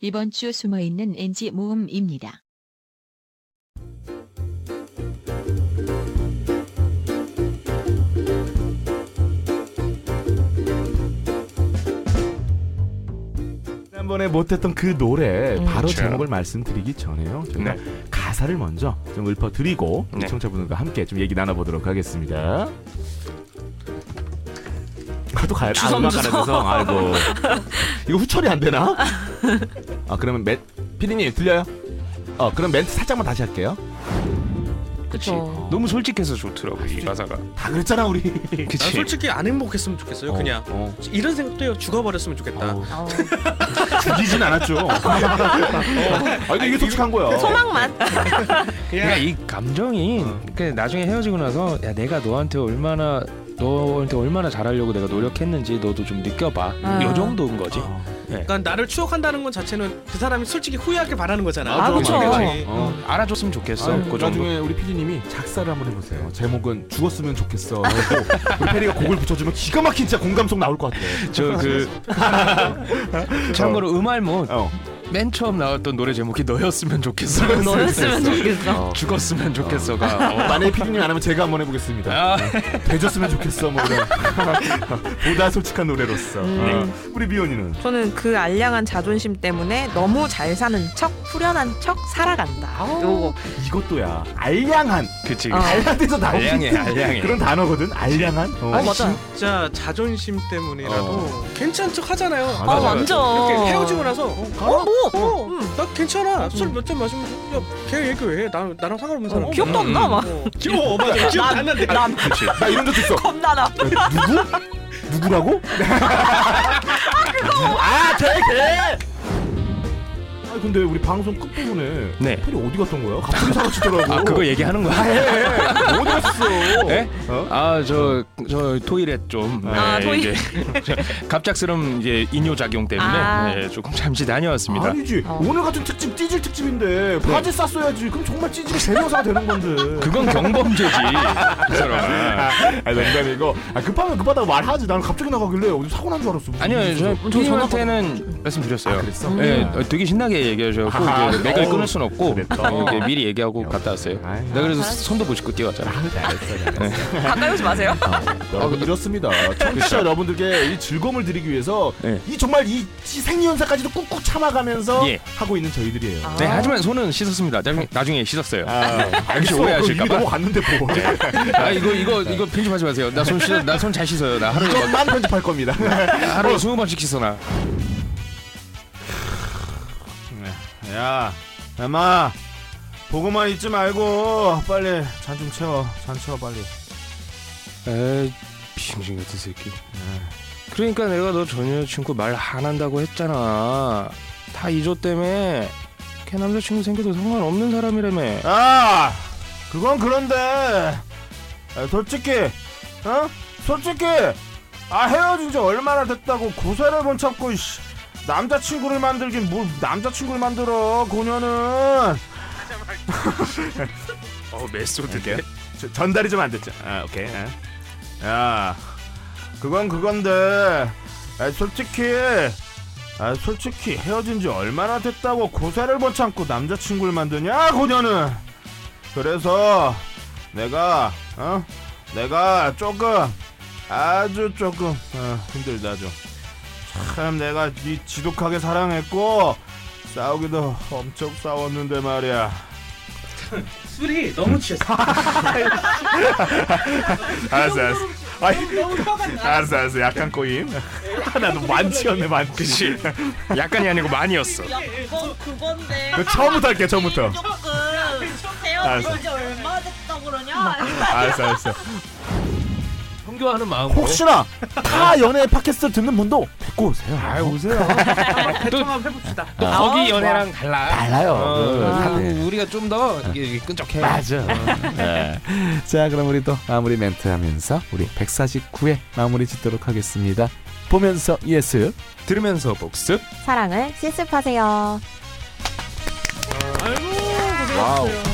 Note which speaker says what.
Speaker 1: 이번 주 숨어있는 NG 모음입니다.
Speaker 2: 지난번에 못했던 그 노래
Speaker 3: 음.
Speaker 2: 바로
Speaker 4: 그렇죠.
Speaker 2: 제목을 말씀드리기 전에요. 저희가 가사를 먼저 좀 읊어드리고 우리
Speaker 4: 네.
Speaker 2: 청자분들과 함께 좀 얘기 나눠보도록 하겠습니다. 아, 또 가야 아,
Speaker 3: 주섬,
Speaker 2: 음악
Speaker 3: 주섬.
Speaker 2: 가라면서 아이고 이거 후처리 안 되나? 아 그러면 멘 피디님 들려요? 어 그럼 멘트 살짝만 다시 할게요.
Speaker 3: 그쵸.
Speaker 4: 너무 솔직해서 좋더라고 이 가사가.
Speaker 2: 다 그랬잖아 우리.
Speaker 5: 난
Speaker 4: 그치.
Speaker 5: 솔직히 안 행복했으면 좋겠어요. 그냥
Speaker 2: 어,
Speaker 5: 이런 생각도 해요. 죽어버렸으면 좋겠다.
Speaker 2: 어.
Speaker 3: 아우.
Speaker 2: 죽이진 않았죠. 어. 아 근데 이게 솔직한 거야.
Speaker 3: 그 소망만.
Speaker 4: 그러니까 이 감정이
Speaker 2: 어.
Speaker 4: 그냥 나중에 헤어지고 나서 야 내가 너한테 얼마나 너한테 얼마나 잘하려고 내가 노력했는지 너도 좀 느껴봐.
Speaker 3: 아.
Speaker 4: 요 정도인 거지.
Speaker 2: 어.
Speaker 5: 그러니까 나를 추억한다는 건 자체는 그 사람이 솔직히 후회하길 바라는 거잖아. 그렇죠.
Speaker 2: 아, 그쵸.
Speaker 5: 그치.
Speaker 2: 어.
Speaker 4: 알아줬으면 좋겠어.
Speaker 2: 아유,
Speaker 4: 그 정도.
Speaker 2: 나중에 우리 PD님이 작사를 한번 해보세요. 제목은 죽었으면 좋겠어. 하고 우리 페리가 곡을 붙여주면 기가 막힌 진짜 공감성 나올 것 같아.
Speaker 4: 저그 참고로 음알모
Speaker 2: 어.
Speaker 4: 맨 처음 나왔던 노래 제목이 너였으면 좋겠어.
Speaker 3: 너였으면 좋겠어.
Speaker 2: 어.
Speaker 4: 죽었으면 좋겠어가. 어.
Speaker 2: 만약에 PD님 안 하면 제가 한번 해보겠습니다.
Speaker 4: 아,
Speaker 2: 되줬으면 좋겠어. 뭐 이런. 보다 솔직한 노래로서.
Speaker 3: 음.
Speaker 2: 어. 우리 미연이는
Speaker 3: 저는 그 알량한 자존심 때문에 너무 잘 사는 척, 후련한 척 살아간다. 어, 요거.
Speaker 2: 이것도야 알량한
Speaker 4: 그치.
Speaker 3: 어.
Speaker 2: 알량해서 나오는
Speaker 4: 알량해, 알량해.
Speaker 2: 그런 단어거든. 알량한. 어.
Speaker 3: 어, 맞아.
Speaker 5: 진짜 자존심 때문이라도
Speaker 2: 어.
Speaker 5: 괜찮은 척 하잖아요.
Speaker 2: 아,
Speaker 3: 아,
Speaker 2: 맞아,
Speaker 3: 완전.
Speaker 5: 이렇게 헤어지고 나서 어,
Speaker 3: 어, 뭐?
Speaker 5: 어,
Speaker 3: 음.
Speaker 5: 나 괜찮아. 술 몇 잔 마시면 야걔 얘기 왜 해? 나, 나랑 상관없는 사람.
Speaker 3: 어, 기억도 안 나, 막.
Speaker 5: 어, 기억, 어, 맞아. 기억 안 난대.
Speaker 3: 난
Speaker 2: 그치. 나 이런 적도 있어.
Speaker 3: 겁나 나.
Speaker 2: 누구? 누구라고? 아, 걔, 걔! 아, 근데 우리 방송 끝부분에
Speaker 4: 네.
Speaker 2: 페리 어디 갔던 거야? 갑자기 사라지더라고.
Speaker 4: 아 그거 얘기하는 거야?
Speaker 2: 해. 어디 갔어?
Speaker 4: 예?
Speaker 2: 어?
Speaker 4: 아 저 저 토일에 좀
Speaker 3: 아,
Speaker 4: 예,
Speaker 3: 토일.
Speaker 4: 이제 갑작스런 이제 이뇨 작용 때문에
Speaker 3: 아.
Speaker 4: 예, 조금 잠시 다녀왔습니다.
Speaker 2: 아니지.
Speaker 3: 어.
Speaker 2: 오늘 같은 특집 찌질 특집인데 바지 쌌어야지. 그럼 정말 찌질이 대명사가 되는 건데.
Speaker 4: 그건 경범죄지. 그 사람.
Speaker 2: 아, 농담이고. 아, 급하면 급하다고 말하지. 나는 갑자기 나가길래 어디 사고 난 줄 알았어. 무슨
Speaker 4: 아니요,
Speaker 2: 일이지?
Speaker 4: 저 피님한테는 말씀드렸어요.
Speaker 2: 아, 그랬어?
Speaker 4: 예, 어, 되게 신나게 얘기하셔갖고
Speaker 2: 아하,
Speaker 4: 이제 맥을
Speaker 2: 어우,
Speaker 4: 끊을 순 없고
Speaker 2: 그랬다.
Speaker 4: 어, 이렇게 미리 얘기하고 갔다 왔어요.
Speaker 2: 아이,
Speaker 4: 내가 그래서 손도 못 씻고 뛰어갔잖아. 아, 네.
Speaker 2: 아, 잘했어, 잘했어.
Speaker 3: 네. 가까이 오지 마세요.
Speaker 2: 여러분 아, 이렇습니다. 청취자 여러분들께 이 즐거움을 드리기 위서
Speaker 4: 그 네.
Speaker 2: 이 정말 이 생리현상까지도 꾹꾹 참아가면서
Speaker 4: 예.
Speaker 2: 하고 있는 저희들이에요.
Speaker 4: 네, 하지만 손은 씻었습니다. 나중에, 나중에 씻었어요. 아,
Speaker 2: 알겠어.
Speaker 4: 혹시 오해하실까
Speaker 2: 이미
Speaker 4: 봐. 네.
Speaker 2: 넘어갔는데 뭐.
Speaker 4: 아, 이거 이거 이거 편집하지 마세요. 나 손 씻어, 나 손 잘 씻어요. 나 하루에 막-
Speaker 2: 이것만 편집할 겁니다.
Speaker 4: 하루에 스무 번씩 씻어놔.
Speaker 2: 야, 엠마. 보고만 있지 말고 빨리 잔 좀 채워. 잔 채워 빨리.
Speaker 4: 에이 빙신 같은 새끼 그러니까 내가 너 전 여자친구 말 안 한다고 했잖아 다 이조 때문에 걔 남자친구 생겨도 상관없는 사람이라며
Speaker 2: 아, 그건 그런데 아, 솔직히, 어? 솔직히 아 헤어진 지 얼마나 됐다고 고세를 못 참고 씨, 남자친구를 만들긴 뭘 남자친구를 만들어 고녀는
Speaker 4: 어 메소드네
Speaker 2: 저- 전달이 좀 안 됐죠. 아 오케이. 아. 야, 그건 그건데 아, 솔직히. 아, 솔직히 헤어진 지 얼마나 됐다고 고사를 못 참고 남자친구를 만드냐 고녀는 그래서 내가 어 내가 조금 아주 조금 어, 힘들다 좀참 내가 니 지독하게 사랑했고 싸우기도 엄청 싸웠는데 말이야
Speaker 5: 술이 너무 취했어.
Speaker 2: 알았어 알았어 아이, 알았어 알았어 약간 꼬임 나도 만취였네 만취
Speaker 4: 약간이 아니고 많이였어
Speaker 6: 그건 그건데
Speaker 2: 그 처음부터 할게 처음부터
Speaker 6: 조금
Speaker 2: 알았어.
Speaker 6: 헤어진 지 얼마 됐다 그러냐
Speaker 2: 알았어 알았어
Speaker 4: 성교하는 마음으로 어?
Speaker 2: 혹시나 타 연애 팟캐스트 듣는 분도 데리고 오세요 아 오세요
Speaker 5: 한번 해봅시다.
Speaker 4: 또 거기 연애랑 달라
Speaker 2: 달라요 네.
Speaker 4: 어, 우리가 좀 더 이게 끈적해
Speaker 2: 맞아 자 그럼 우리 또 마무리 멘트 하면서 우리 149회 마무리 짓도록 하겠습니다 보면서 예스
Speaker 4: 들으면서 복습
Speaker 3: 사랑을 실습하세요.
Speaker 5: 아이고, 고생했어요.
Speaker 4: 와우.